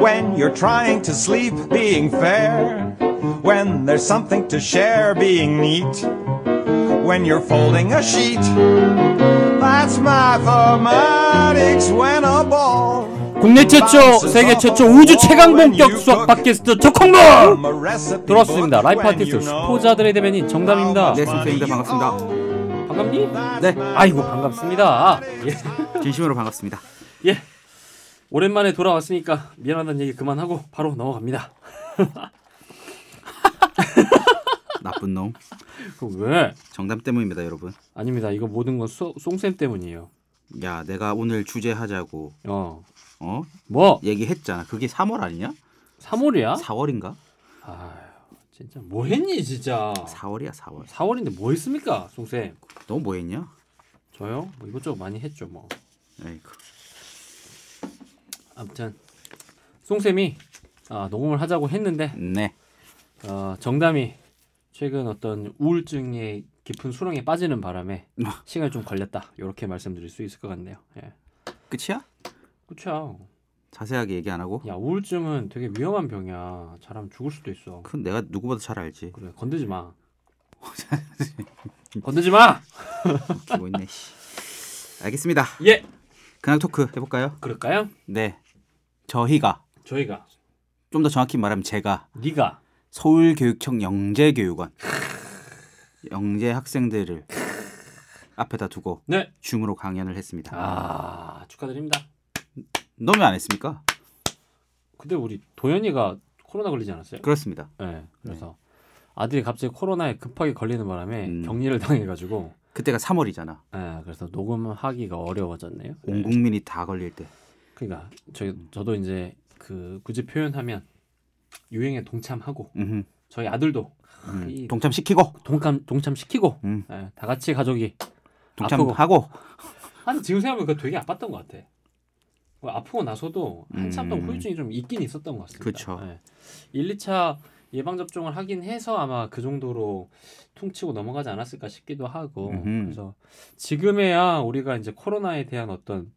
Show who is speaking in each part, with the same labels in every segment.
Speaker 1: when you're trying to sleep, being fair. When there's something to share, being neat. When you're folding a sheet. That's mathematics when a ball.
Speaker 2: 국내 최초, 세계 최초 우주 최강 본격 수학 팟캐스트 초콩몰!
Speaker 1: from a recipe
Speaker 2: 들었습니다.
Speaker 1: book
Speaker 2: 라이프
Speaker 1: when
Speaker 2: 아티스트
Speaker 1: you know
Speaker 2: 수포자들의 대변인 정답입니다.
Speaker 1: how much
Speaker 3: 네, 선생님들
Speaker 1: money you
Speaker 3: 반갑습니다.
Speaker 2: 반갑니?
Speaker 1: owe.
Speaker 3: 네.
Speaker 2: 아이고 반갑습니다. 예,
Speaker 3: 진심으로 반갑습니다.
Speaker 2: 예. 오랜만에 돌아왔으니까 미안하다는 얘기 그만하고 바로 넘어갑니다.
Speaker 3: 나쁜 놈.
Speaker 2: 그거 왜?
Speaker 3: 정답 때문입니다, 여러분.
Speaker 2: 아닙니다. 이거 모든 건 수, 송쌤 때문이에요.
Speaker 3: 야, 내가 오늘 주제 하자고
Speaker 2: 어.
Speaker 3: 어?
Speaker 2: 뭐?
Speaker 3: 얘기했잖아. 그게 3월 아니냐?
Speaker 2: 3월이야?
Speaker 3: 4월인가?
Speaker 2: 아휴, 진짜 뭐 했니 진짜?
Speaker 3: 4월이야, 4월.
Speaker 2: 4월인데 뭐 했습니까, 송쌤?
Speaker 3: 너 뭐 했냐?
Speaker 2: 저요? 뭐 이것저것 많이 했죠, 뭐.
Speaker 3: 에이구. 그,
Speaker 2: 아무튼 송쌤이 아, 녹음을 하자고 했는데
Speaker 3: 네.
Speaker 2: 어, 정담이 최근 어떤 우울증의 깊은 수렁에 빠지는 바람에
Speaker 3: 아.
Speaker 2: 시간이 좀 걸렸다. 이렇게 말씀드릴 수 있을 것 같네요. 예.
Speaker 3: 끝이야?
Speaker 2: 그쵸.
Speaker 3: 자세하게 얘기 안 하고.
Speaker 2: 야 우울증은 되게 위험한 병이야. 잘하면 죽을 수도 있어.
Speaker 3: 그건 내가 누구보다 잘 알지.
Speaker 2: 그래 건드지 마. 건드지 마.
Speaker 3: 기고 그 있네. 씨. 알겠습니다.
Speaker 2: 예.
Speaker 3: 근황 토크 해 볼까요?
Speaker 2: 그럴까요?
Speaker 3: 네. 저희가
Speaker 2: 저희가
Speaker 3: 좀 더 정확히 말하면 제가
Speaker 2: 네가
Speaker 3: 서울교육청 영재교육원 영재 학생들을 앞에다 두고
Speaker 2: 네.
Speaker 3: 줌으로 강연을 했습니다.
Speaker 2: 아 축하드립니다.
Speaker 3: 너무 안 했습니까?
Speaker 2: 근데 우리 도현이가 코로나 걸리지 않았어요?
Speaker 3: 그렇습니다.
Speaker 2: 네. 그래서 아들이 갑자기 코로나에 급하게 걸리는 바람에
Speaker 3: 음.
Speaker 2: 격리를 당해가지고
Speaker 3: 그때가 3월이잖아.
Speaker 2: 예, 그래서 녹음하기가 어려워졌네요. 예,
Speaker 3: 온 국민이 다 걸릴 때.
Speaker 2: 그러니까 저 저도 이제 그 굳이 표현하면 유행에 동참하고
Speaker 3: 음흠.
Speaker 2: 저희 아들도
Speaker 3: 음.
Speaker 2: 이
Speaker 3: 동참시키고
Speaker 2: 동감 동참시키고
Speaker 3: 음.
Speaker 2: 예, 다 같이 가족이
Speaker 3: 동참하고
Speaker 2: 아 근데 지금 생각하면 그 되게 아팠던 것 같아. 그 아프고 나서도 한참 동안
Speaker 3: 음.
Speaker 2: 후유증이 좀 있긴 있었던 것 같습니다.
Speaker 3: 그쵸.
Speaker 2: 예. 1, 2차 예방 접종을 하긴 해서 아마 그 정도로 퉁치고 넘어가지 않았을까 싶기도 하고
Speaker 3: 음흠.
Speaker 2: 그래서 지금에야 우리가 이제 코로나에 대한 어떤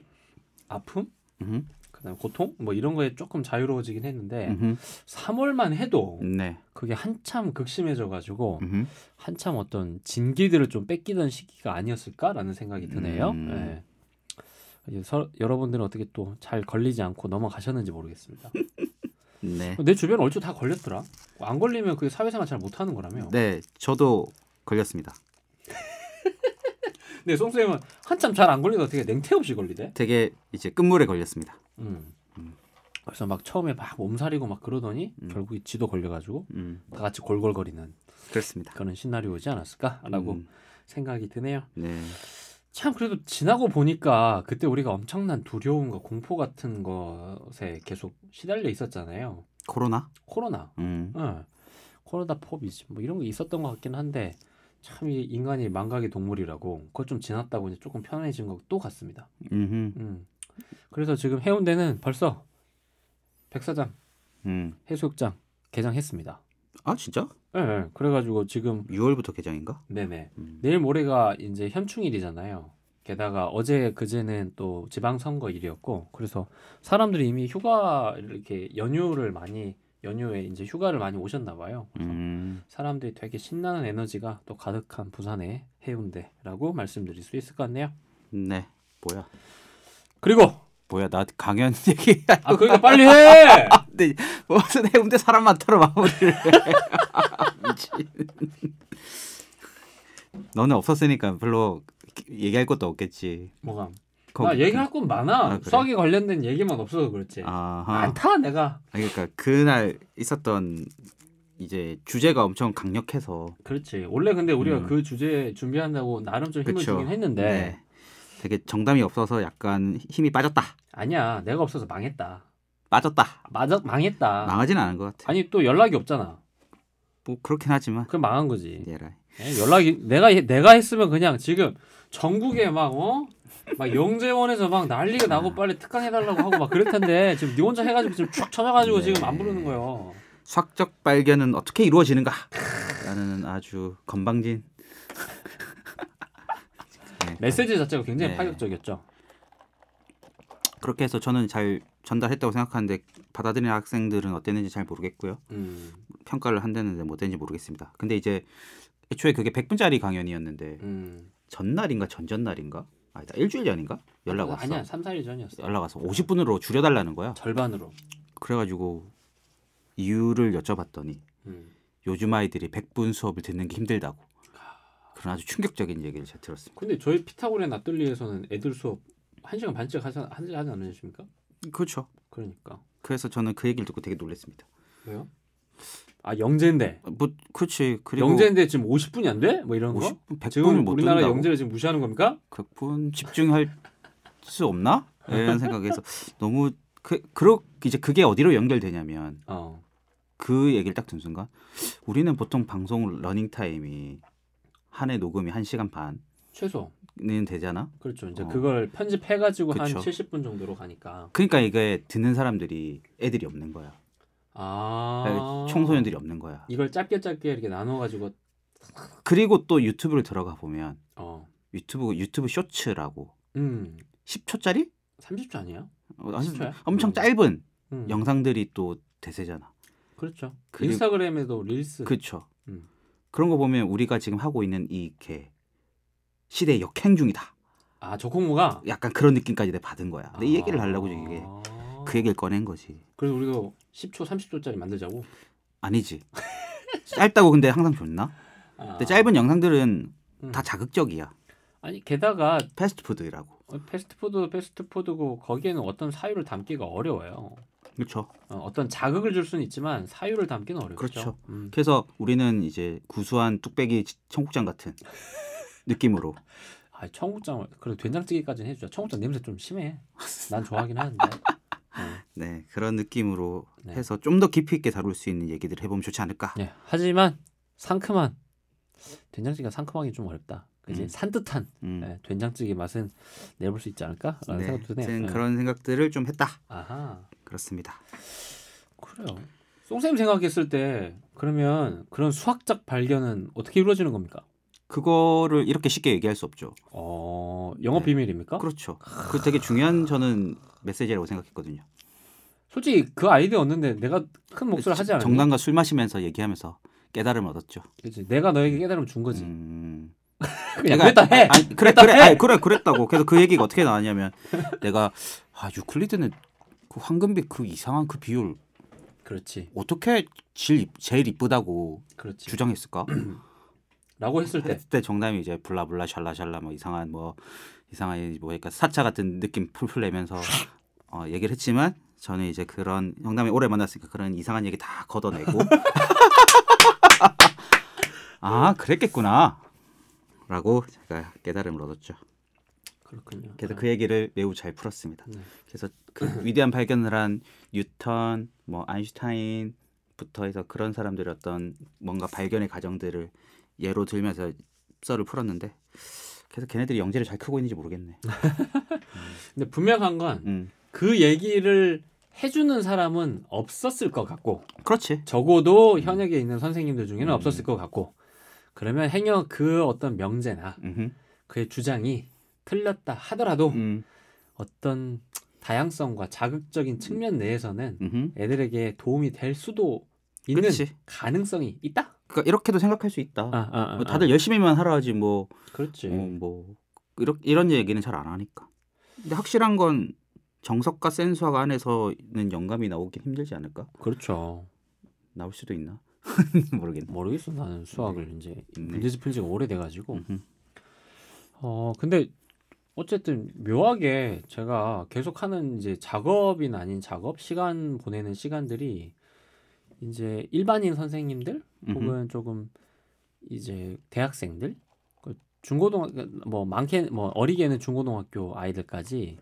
Speaker 2: 아픔,
Speaker 3: 음흠.
Speaker 2: 그다음 고통 뭐 이런 거에 조금 자유로워지긴 했는데
Speaker 3: 음흠.
Speaker 2: 3월만 해도
Speaker 3: 네.
Speaker 2: 그게 한참 극심해져가지고
Speaker 3: 음흠.
Speaker 2: 한참 어떤 진기들을 좀 뺏기던 시기가 아니었을까라는 생각이 드네요.
Speaker 3: 음.
Speaker 2: 예. 이제 서- 여러분들은 어떻게 또 잘 걸리지 않고 넘어가셨는지 모르겠습니다.
Speaker 3: 네.
Speaker 2: 내 주변 얼추 다 걸렸더라. 안 걸리면 그게 사회생활 잘 못하는 거라며.
Speaker 3: 네. 저도 걸렸습니다.
Speaker 2: 근데 송 쌤은 한참 잘 안 걸리다 어떻게 냉태 없이 걸리대?
Speaker 3: 되게 이제 끝물에 걸렸습니다.
Speaker 2: 음. 그래서 막 처음에 막 몸살이고 막 그러더니
Speaker 3: 음.
Speaker 2: 결국에 지도 걸려가지고
Speaker 3: 음.
Speaker 2: 다 같이 골골거리는
Speaker 3: 그렇습니다.
Speaker 2: 그런 시나리오지 않았을까라고
Speaker 3: 음.
Speaker 2: 생각이 드네요.
Speaker 3: 네.
Speaker 2: 참 그래도 지나고 보니까 그때 우리가 엄청난 두려움과 공포 같은 것에 계속 시달려 있었잖아요.
Speaker 3: 코로나?
Speaker 2: 코로나,
Speaker 3: 음.
Speaker 2: 응. 코로나 포비지 뭐 이런 게 있었던 것 같긴 한데 참 이 인간이 망각의 동물이라고 그걸 좀 지났다고 이제 조금 편해진 것 또 같습니다.
Speaker 3: 음흠.
Speaker 2: 음. 그래서 지금 해운대는 벌써 백사장
Speaker 3: 음.
Speaker 2: 해수욕장 개장했습니다.
Speaker 3: 아, 진짜?
Speaker 2: 예, 예. 그래가지고 지금
Speaker 3: 6월부터 개장인가?
Speaker 2: 네네
Speaker 3: 음.
Speaker 2: 내일 모레가 이제 현충일이잖아요. 게다가 어제 그제는 또 지방선거일이었고 그래서 사람들이 이미 휴가 이렇게 연휴를 많이 연휴에 이제 휴가를 많이 오셨나 봐요. 그래서
Speaker 3: 음.
Speaker 2: 사람들이 되게 신나는 에너지가 또 가득한 부산의 해운대라고 말씀드릴 수 있을 것 같네요.
Speaker 3: 네. 뭐야?
Speaker 2: 그리고
Speaker 3: 뭐야? 나 강연 얘기
Speaker 2: 아 그러니까 빨리 해.
Speaker 3: 근데 네, 무슨 해운대 사람 많더라 마무리를 해. 미친. 너는 없었으니까 별로 얘기할 것도 없겠지.
Speaker 2: 뭐가?
Speaker 3: 거기-
Speaker 2: 나 얘기할 건 많아.
Speaker 3: 아, 그래?
Speaker 2: 수학에 관련된 얘기만 없어서 그렇지.
Speaker 3: 아하. 아니,
Speaker 2: 많다 내가.
Speaker 3: 그러니까 그날 있었던 이제 주제가 엄청 강력해서
Speaker 2: 그렇지. 원래 근데 우리가
Speaker 3: 음.
Speaker 2: 그 주제 준비한다고 나름 좀 힘을
Speaker 3: 그쵸.
Speaker 2: 주긴 했는데
Speaker 3: 네. 되게 정담이 없어서 약간 힘이 빠졌다.
Speaker 2: 아니야 내가 없어서 망했다
Speaker 3: 빠졌다.
Speaker 2: 맞아 망했다
Speaker 3: 망하진 않은 것 같아.
Speaker 2: 아니 또 연락이 없잖아
Speaker 3: 뭐 그렇긴 하지만
Speaker 2: 그럼 망한 거지
Speaker 3: 얘라.
Speaker 2: 예, 연락이 내가 해- 내가 했으면 그냥 지금 전국에 막어막 영재원에서 막 난리가 나고 빨리 특강 해달라고 하고 막 그럴 텐데 지금 네 혼자 해가지고 지금 쭉 쳐져가지고
Speaker 3: 네.
Speaker 2: 지금 안 부르는 거예요
Speaker 3: 수학적 발견은 어떻게 이루어지는가? 라는 아주 건방진 네,
Speaker 2: 메시지 자체가 굉장히
Speaker 3: 네.
Speaker 2: 파격적이었죠
Speaker 3: 그렇게 해서 저는 잘 잘 전달했다고 생각하는데 받아들이는 학생들은 어땠는지 잘 모르겠고요.
Speaker 2: 음,
Speaker 3: 평가를 한다는데 뭐 어땠는지 모르겠습니다. 근데 이제 애초에 그게 100분짜리 강연이었는데
Speaker 2: 음.
Speaker 3: 전날인가 전전날인가? 아니다. 일주일 전인가? 연락 왔어.
Speaker 2: 아니야, 3, 4일 전이었어.
Speaker 3: 연락 와서 50분으로 줄여 달라는 거야.
Speaker 2: 절반으로.
Speaker 3: 그래 가지고 이유를 여쭤봤더니
Speaker 2: 음.
Speaker 3: 요즘 아이들이 100분 수업을 듣는 게 힘들다고. 그런 아주 충격적인 얘기를 제가 들었습니다.
Speaker 2: 근데 저희 피타고레나 납돌리에서는 애들 수업 1시간 반씩 하지, 않- 하지 않으십니까?
Speaker 3: 그렇죠.
Speaker 2: 그러니까.
Speaker 3: 그래서 저는 그 얘기를 듣고 되게 놀랐습니다.
Speaker 2: 왜요? 아, 영재인데.
Speaker 3: 뭐 그렇지. 그리고
Speaker 2: 영재인데 지금 50분이 안 돼? 뭐 이런 거?
Speaker 3: 50분 100분을
Speaker 2: 지금
Speaker 3: 못
Speaker 2: 우리나라
Speaker 3: 듣는다고.
Speaker 2: 영재를 지금 무시하는 겁니까?
Speaker 3: 100분 집중할 수 없나? 이런 생각에서 너무 그 그러 이제 그게 어디로 연결되냐면
Speaker 2: 어.
Speaker 3: 그 얘기를 딱 듣는 순간 우리는 보통 방송 러닝 타임이 한 해 녹음이 1시간
Speaker 2: 최소.
Speaker 3: 반은 되잖아.
Speaker 2: 그렇죠. 이제
Speaker 3: 어.
Speaker 2: 그걸 편집해 가지고 한
Speaker 3: 그쵸.
Speaker 2: 70분 정도로 가니까.
Speaker 3: 그러니까 이게 듣는 사람들이 애들이 없는 거야. 그러니까
Speaker 2: 아.
Speaker 3: 네, 청소년들이 없는 거야.
Speaker 2: 이걸 짧게 짧게 이렇게 나눠 가지고
Speaker 3: 그리고 또 유튜브를 들어가 보면
Speaker 2: 어.
Speaker 3: 유튜브 유튜브 쇼츠라고
Speaker 2: 음.
Speaker 3: 10초짜리?
Speaker 2: 30초 아니에요?
Speaker 3: 어, 아주
Speaker 2: 10초 야?
Speaker 3: 엄청
Speaker 2: 음.
Speaker 3: 짧은
Speaker 2: 음.
Speaker 3: 영상들이 또 대세잖아.
Speaker 2: 그렇죠.
Speaker 3: 그리고-
Speaker 2: 인스타그램에도 릴스.
Speaker 3: 그렇죠.
Speaker 2: 음.
Speaker 3: 그런 거 보면 우리가 지금 하고 있는 이게 시대의 역행 중이다.
Speaker 2: 아, 조콩모가
Speaker 3: 약간 그런 느낌까지 아, 내가 받은 거야. 근데 이 얘기를 하려고 이게 그
Speaker 2: 그
Speaker 3: 얘기를 꺼낸 거지.
Speaker 2: 그래서 우리도 10초, 30초짜리 만들자고.
Speaker 3: 아니지. 짧다고 근데 항상 좋나?
Speaker 2: 아.
Speaker 3: 근데 짧은 영상들은
Speaker 2: 음.
Speaker 3: 다 자극적이야.
Speaker 2: 아니 게다가
Speaker 3: 패스트푸드라고.
Speaker 2: 어, 패스트푸드 패스트푸드고 거기에는 어떤 사유를 담기가 어려워요.
Speaker 3: 그렇죠.
Speaker 2: 어, 떤 자극을 줄 수는 있지만 사유를 담기는 어렵죠.
Speaker 3: 그렇죠.
Speaker 2: 음.
Speaker 3: 그래서 우리는 이제 구수한 뚝배기 지- 청국장 같은 느낌으로
Speaker 2: 아, 청국장 그래 된장찌개까지는 해주자. 청국장 냄새 좀 심해. 난 좋아하긴 하는데. 어,
Speaker 3: 네 그런 느낌으로
Speaker 2: 네.
Speaker 3: 해서 좀 더 깊이 있게 다룰 수 있는 얘기들을 해보면 좋지 않을까.
Speaker 2: 예. 하지만 상큼한 된장찌개가 상큼하기 좀 어렵다. 그지
Speaker 3: 음.
Speaker 2: 산뜻한
Speaker 3: 음.
Speaker 2: 예, 된장찌개 맛은 내볼 수 있지 않을까라는
Speaker 3: 네,
Speaker 2: 생각도
Speaker 3: 하여튼
Speaker 2: 드네요. 예.
Speaker 3: 그런 생각들을 좀 했다.
Speaker 2: 아하.
Speaker 3: 그렇습니다.
Speaker 2: 그래요. 송쌤 생각했을 때 그러면 그런 수학적 발견은 어떻게 이루어지는 겁니까?
Speaker 3: 그거를 이렇게 쉽게 얘기할 수 없죠.
Speaker 2: 어, 영업
Speaker 3: 네.
Speaker 2: 비밀입니까?
Speaker 3: 그렇죠. 그 되게 중요한 저는 메시지라고 생각했거든요.
Speaker 2: 솔직히 그 아이디어 얻는데 내가 큰 목소리 하지 않았니?
Speaker 3: 정당과 술 마시면서 얘기하면서 깨달음을 얻었죠.
Speaker 2: 그치? 내가 너에게 깨달음 준 거지.
Speaker 3: 음.
Speaker 2: 그냥
Speaker 3: 내가-
Speaker 2: 그랬다 해.
Speaker 3: 아니, 그래
Speaker 2: 그랬다
Speaker 3: 그래
Speaker 2: 해!
Speaker 3: 아니, 그래 그랬다고. 그래서 그 얘기가 어떻게 나왔냐면 내가 아 유클리드는 그 황금빛 그 이상한 그 비율
Speaker 2: 그렇지,
Speaker 3: 어떻게 질 이- 제일 이쁘다고
Speaker 2: 그렇지.
Speaker 3: 주장했을까? 음.
Speaker 2: 라고 했을 때,
Speaker 3: 그때 정담이 이제 블라블라 샬라샬라 뭐 이상한 뭐 이상한 뭐 그러니까 사차 같은 느낌 풀풀 내면서 어, 얘기를 했지만 저는 이제 그런 형담이 오래 만났으니까 그런 이상한 얘기 다 걷어내고 아 그랬겠구나라고 제가 깨달음을 얻었죠.
Speaker 2: 그렇군요.
Speaker 3: 그래서
Speaker 2: 아,
Speaker 3: 그 얘기를 매우 잘 풀었습니다.
Speaker 2: 네.
Speaker 3: 그래서 그 위대한 발견을 한 뉴턴, 뭐 아인슈타인부터 해서 그런 사람들의 어떤 뭔가 발견의 과정들을 예로 들면서 썰을 풀었는데 그래서 걔네들이 영재를 잘 크고 있는지 모르겠네.
Speaker 2: 근데 분명한
Speaker 3: 음,
Speaker 2: 건 그 얘기를 해주는 사람은 없었을 것 같고,
Speaker 3: 그렇지.
Speaker 2: 적어도 현역에 있는 선생님들 중에는
Speaker 3: 음.
Speaker 2: 없었을 것 같고, 그러면 행여 그 어떤 명제나
Speaker 3: 음흠.
Speaker 2: 그의 주장이 틀렸다 하더라도
Speaker 3: 음,
Speaker 2: 어떤 다양성과 자극적인 측면
Speaker 3: 음.
Speaker 2: 내에서는
Speaker 3: 음흠.
Speaker 2: 애들에게 도움이 될 수도 있는
Speaker 3: 그렇지.
Speaker 2: 가능성이 있다.
Speaker 3: 그러니까 이렇게도 생각할 수 있다.
Speaker 2: 아, 아, 아,
Speaker 3: 뭐 다들 열심히만 하라 하지 뭐,
Speaker 2: 아, 그렇지.
Speaker 3: 어, 뭐 이런 이런 얘기는 잘 안 하니까. 근데 확실한 건 정석과 센수학 안에서는 영감이 나오긴 힘들지 않을까?
Speaker 2: 그렇죠.
Speaker 3: 나올 수도 있나? 모르겠네.
Speaker 2: 모르겠어 나는 수학을 이제
Speaker 3: 네.
Speaker 2: 문제집 푼 지가 오래돼가지고.
Speaker 3: 음흠.
Speaker 2: 어 근데 어쨌든 묘하게 제가 계속하는 이제 작업이 아닌 작업 시간 보내는 시간들이 이제 일반인 선생님들 혹은 조금 이제 대학생들 그 중고등학교 뭐 많게 뭐 어리게는 중고등학교 아이들까지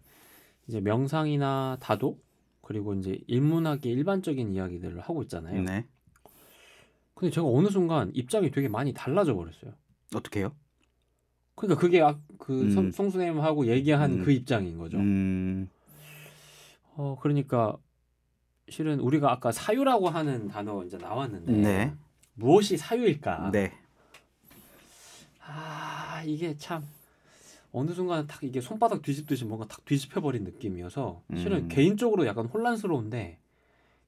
Speaker 2: 이제 명상이나 다도 그리고 이제 인문학의 일반적인 이야기들을 하고 있잖아요.
Speaker 3: 네.
Speaker 2: 근데 제가 어느 순간 입장이 되게 많이 달라져 버렸어요.
Speaker 3: 어떻게요?
Speaker 2: 그러니까 그게 아, 그
Speaker 3: 음.
Speaker 2: 선- 송수님하고 얘기한
Speaker 3: 음.
Speaker 2: 그 입장인 거죠.
Speaker 3: 음,
Speaker 2: 어 그러니까 실은 우리가 아까 사유라고 하는 단어 이제 나왔는데
Speaker 3: 네. 아.
Speaker 2: 무엇이 사유일까?
Speaker 3: 네.
Speaker 2: 아 이게 참 어느 순간 딱 이게 손바닥 뒤집듯이 뭔가 탁 뒤집혀 버린 느낌이어서 실은
Speaker 3: 음.
Speaker 2: 개인적으로 약간 혼란스러운데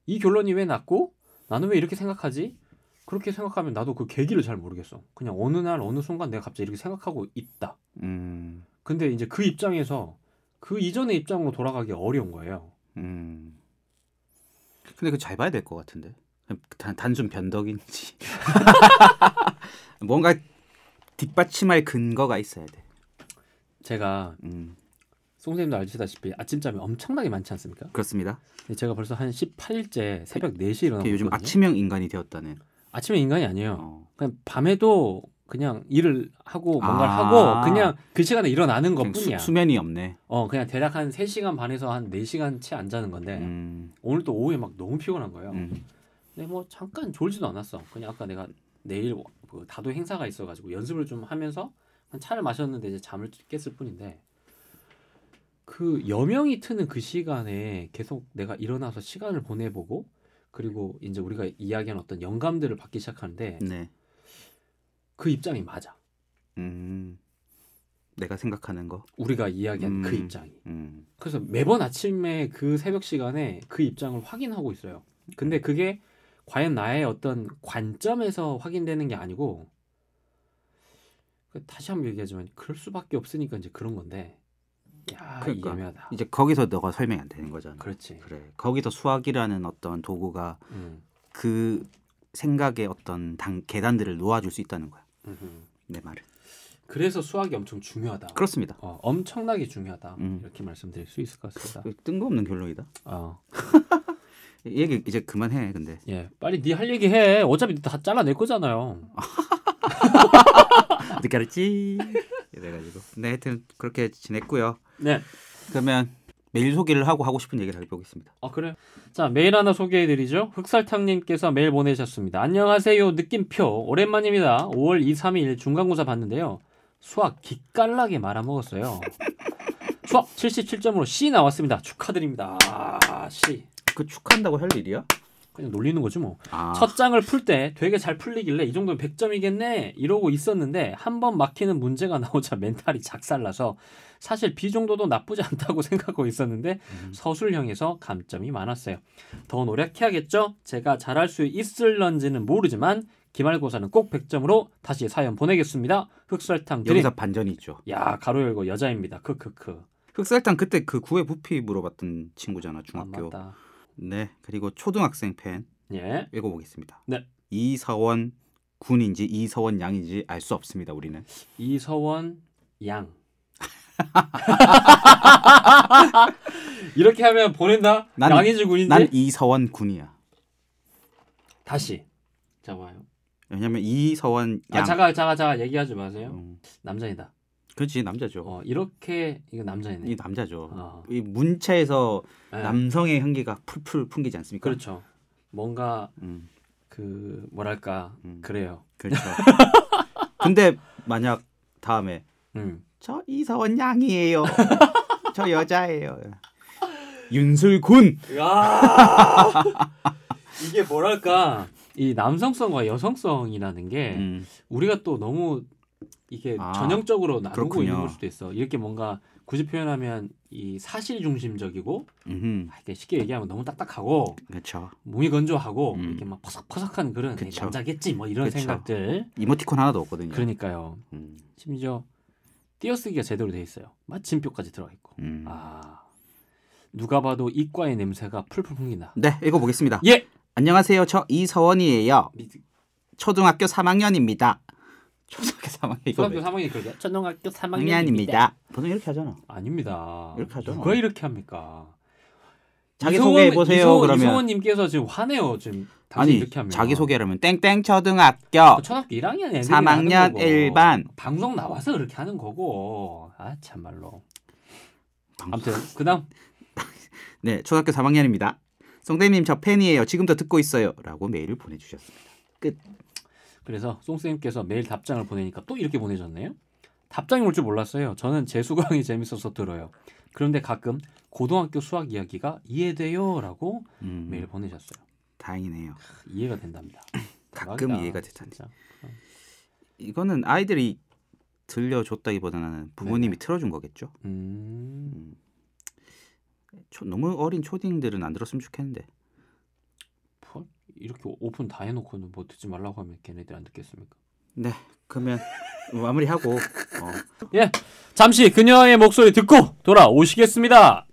Speaker 2: 이 결론이 왜 났고 나는 왜 이렇게 생각하지? 그렇게 생각하면 나도 그 계기를 잘 모르겠어. 그냥 어느 날 어느 순간 내가 갑자기 이렇게 생각하고 있다.
Speaker 3: 음.
Speaker 2: 근데 이제 그 입장에서 그 이전의 입장으로 돌아가기 어려운 거예요.
Speaker 3: 음. 근데 그 잘 봐야 될 것 같은데. 그냥 단, 단순 변덕인지. 뭔가 뒷받침할 근거가 있어야 돼.
Speaker 2: 제가
Speaker 3: 음.
Speaker 2: 송쌤도 아시다시피 아침잠이 엄청나게 많지 않습니까?
Speaker 3: 그렇습니다.
Speaker 2: 근데 제가 벌써 한 18일째 새벽 4시에 일어나고
Speaker 3: 요즘
Speaker 2: 있거든요.
Speaker 3: 아침형 인간이 되었다는.
Speaker 2: 아침에 인간이 아니에요.
Speaker 3: 어.
Speaker 2: 그냥 밤에도 그냥 일을 하고 뭔가를
Speaker 3: 아.
Speaker 2: 하고 그냥 그 시간에 일어나는
Speaker 3: 그냥
Speaker 2: 것뿐이야.
Speaker 3: 수, 면이 없네.
Speaker 2: 어 그냥 대략 한 3시간 반에서 한 4시간 채 안 자는 건데
Speaker 3: 음.
Speaker 2: 오늘 또 오후에 막 너무 피곤한 거예요.
Speaker 3: 음.
Speaker 2: 근데 뭐 잠깐 졸지도 않았어. 그냥 아까 내가 내일 그 다도 행사가 있어가지고 연습을 좀 하면서 한 차를 마셨는데 이제 잠을 깼을 뿐인데 그 여명이 트는 그 시간에 계속 내가 일어나서 시간을 보내보고 그리고 이제 우리가 이야기한 어떤 영감들을 받기 시작하는데
Speaker 3: 네.
Speaker 2: 그 입장이 맞아.
Speaker 3: 음. 내가 생각하는 거.
Speaker 2: 우리가 이야기한 그
Speaker 3: 음.
Speaker 2: 입장이.
Speaker 3: 음.
Speaker 2: 그래서 매번 아침에 그 새벽 시간에 그 입장을 확인하고 있어요. 근데 그게 과연 나의 어떤 관점에서 확인되는 게 아니고 그 다시 한번 얘기하지만 그럴 수밖에 없으니까 이제 그런 건데 야 이게
Speaker 3: 그러니까.
Speaker 2: 애매하다.
Speaker 3: 이제 거기서 너가 설명이 안 되는 거잖아.
Speaker 2: 그렇지.
Speaker 3: 그래. 거기서 수학이라는 어떤 도구가
Speaker 2: 음.
Speaker 3: 그 생각의 어떤 단, 계단들을 놓아줄 수 있다는 거야.
Speaker 2: 음.
Speaker 3: 내 말은.
Speaker 2: 그래서 수학이 엄청 중요하다.
Speaker 3: 그렇습니다.
Speaker 2: 어, 엄청나게 중요하다.
Speaker 3: 음.
Speaker 2: 이렇게 말씀드릴 수 있을 것 같습니다.
Speaker 3: 뜬금없는 결론이다.
Speaker 2: 어.
Speaker 3: 이 얘기 이제 그만해. 근데
Speaker 2: 예, 빨리 네 할 얘기 해. 어차피 다 잘라낼 거잖아요.
Speaker 3: 어떻게 알았지? 이래가지고. 네, 하여튼 그렇게 지냈고요.
Speaker 2: 네.
Speaker 3: 그러면 메일 소개를 하고 하고 싶은 얘기를 해보겠습니다.
Speaker 2: 아 그래? 자 메일 하나 소개해드리죠. 흑설탕님께서 메일 보내셨습니다. 안녕하세요 느낌표 오랜만입니다. 5월 2, 3일 중간고사 봤는데요. 수학 기깔나게 말아먹었어요. 수학 77점으로 C 나왔습니다. 축하드립니다. 아, C
Speaker 3: 그 축한다고 할 일이야?
Speaker 2: 그냥 놀리는 거지 뭐.
Speaker 3: 아,
Speaker 2: 첫 장을 풀 때 되게 잘 풀리길래 이 정도면 100점이겠네 이러고 있었는데 한 번 막히는 문제가 나오자 멘탈이 작살나서 사실 B 정도도 나쁘지 않다고 생각하고 있었는데
Speaker 3: 음.
Speaker 2: 서술형에서 감점이 많았어요. 더 노력해야겠죠? 제가 잘할 수 있을런지는 모르지만 기말고사는 꼭 100점으로 다시 사연 보내겠습니다. 흑설탕 드림.
Speaker 3: 여기서 반전이 있죠.
Speaker 2: 야 가로 열고 여자입니다. 크크크.
Speaker 3: 흑설탕 그때 그 구의 부피 물어봤던 친구잖아
Speaker 2: 안
Speaker 3: 중학교.
Speaker 2: 맞다.
Speaker 3: 네 그리고 초등학생 팬
Speaker 2: 예.
Speaker 3: 읽어보겠습니다.
Speaker 2: 네.
Speaker 3: 이서원 군인지 이서원 양인지 알 수 없습니다. 우리는.
Speaker 2: 이서원 양. 이렇게 하면 보낸다.
Speaker 3: 난-
Speaker 2: 양이지 군인지.
Speaker 3: 난 이서원 군이야.
Speaker 2: 다시. 잡아요.
Speaker 3: 왜냐면 이서원 양.
Speaker 2: 아 자가 자가 자가 얘기하지 마세요.
Speaker 3: 음,
Speaker 2: 남자이다.
Speaker 3: 그렇지 남자죠.
Speaker 2: 어 이렇게 이거 남자이네.
Speaker 3: 이 남자죠.
Speaker 2: 어.
Speaker 3: 이 문체에서
Speaker 2: 예.
Speaker 3: 남성의 향기가 풀풀 풍기지 않습니까?
Speaker 2: 그렇죠. 뭔가
Speaker 3: 음,
Speaker 2: 그 뭐랄까
Speaker 3: 음.
Speaker 2: 그래요.
Speaker 3: 그렇죠. 근데 만약 다음에
Speaker 2: 음.
Speaker 3: 저 이서원 양이에요. 저 여자예요. 윤술군.
Speaker 2: 이게 뭐랄까 이 남성성과 여성성이라는 게
Speaker 3: 음,
Speaker 2: 우리가 또 너무 이게
Speaker 3: 아,
Speaker 2: 전형적으로 나누고
Speaker 3: 그렇군요.
Speaker 2: 있는 걸 수도 있어. 이렇게 뭔가 굳이 표현하면 이 사실 중심적이고
Speaker 3: 음흠.
Speaker 2: 아, 이게 쉽게 얘기하면 너무 딱딱하고
Speaker 3: 그렇죠.
Speaker 2: 몸이 건조하고
Speaker 3: 음.
Speaker 2: 이렇게 막 퍼석퍼석한 그런
Speaker 3: 그쵸.
Speaker 2: 에이, 남자겠지 뭐 이런
Speaker 3: 그쵸. 네.
Speaker 2: 생각들.
Speaker 3: 이모티콘 하나도 없거든요.
Speaker 2: 그러니까요.
Speaker 3: 음,
Speaker 2: 심지어 띄어쓰기가 제대로 돼 있어요. 마침표까지 들어가 있고.
Speaker 3: 음.
Speaker 2: 아 누가 봐도 이과의 냄새가 풀풀 풍긴다.
Speaker 3: 네, 읽어보겠습니다.
Speaker 2: 예.
Speaker 3: 안녕하세요. 저 이서원이에요.
Speaker 2: 미드-
Speaker 3: 초등학교 3학년입니다. 초등학교 3학년 이거
Speaker 2: 초등학교 3학년이 그렇게 초등학교 3학년입니다.
Speaker 3: 3학년입니다. 보통 이렇게 하잖아.
Speaker 2: 아닙니다.
Speaker 3: 이렇게 하죠.
Speaker 2: 누가 이렇게 합니까?
Speaker 3: 자기 소개해 보세요.
Speaker 2: 이소원,
Speaker 3: 그러면
Speaker 2: 이소원님께서 지금 화내요. 지금 당신
Speaker 3: 아니
Speaker 2: 이렇게 하면
Speaker 3: 자기 소개라면 땡땡 초등학교
Speaker 2: 그 초등학교 1학년 애들이
Speaker 3: 3학년 1반
Speaker 2: 방송 나와서 그렇게 하는 거고 아 참말로 아무튼 그다음
Speaker 3: 네, 초등학교 3학년입니다. 송대님 저 팬이에요. 지금도 듣고 있어요라고 메일을 보내주셨습니다.
Speaker 2: 그래서 송쌤께서 매일 답장을 보내니까 또 이렇게 보내셨네요. 답장이 올 줄 몰랐어요. 저는 재수 강의 재밌어서 들어요. 그런데 가끔 고등학교 수학 이야기가 이해돼요라고
Speaker 3: 음,
Speaker 2: 메일 보내셨어요.
Speaker 3: 다행이네요.
Speaker 2: 이해가 된답니다.
Speaker 3: 가끔
Speaker 2: 대박이다,
Speaker 3: 이해가 되다니.
Speaker 2: 진짜.
Speaker 3: 이거는 아이들이 들려줬다기보다는 부모님이 틀어준 거겠죠.
Speaker 2: 음.
Speaker 3: 음. 초- 너무 어린 초딩들은 안 들었으면 좋겠는데
Speaker 2: 헐? 이렇게 오픈 다 해놓고는 뭐 듣지 말라고 하면 걔네들 안 듣겠습니까?
Speaker 3: 그러면 마무리하고 어,
Speaker 2: 잠시 그녀의 목소리 듣고 돌아오시겠습니다.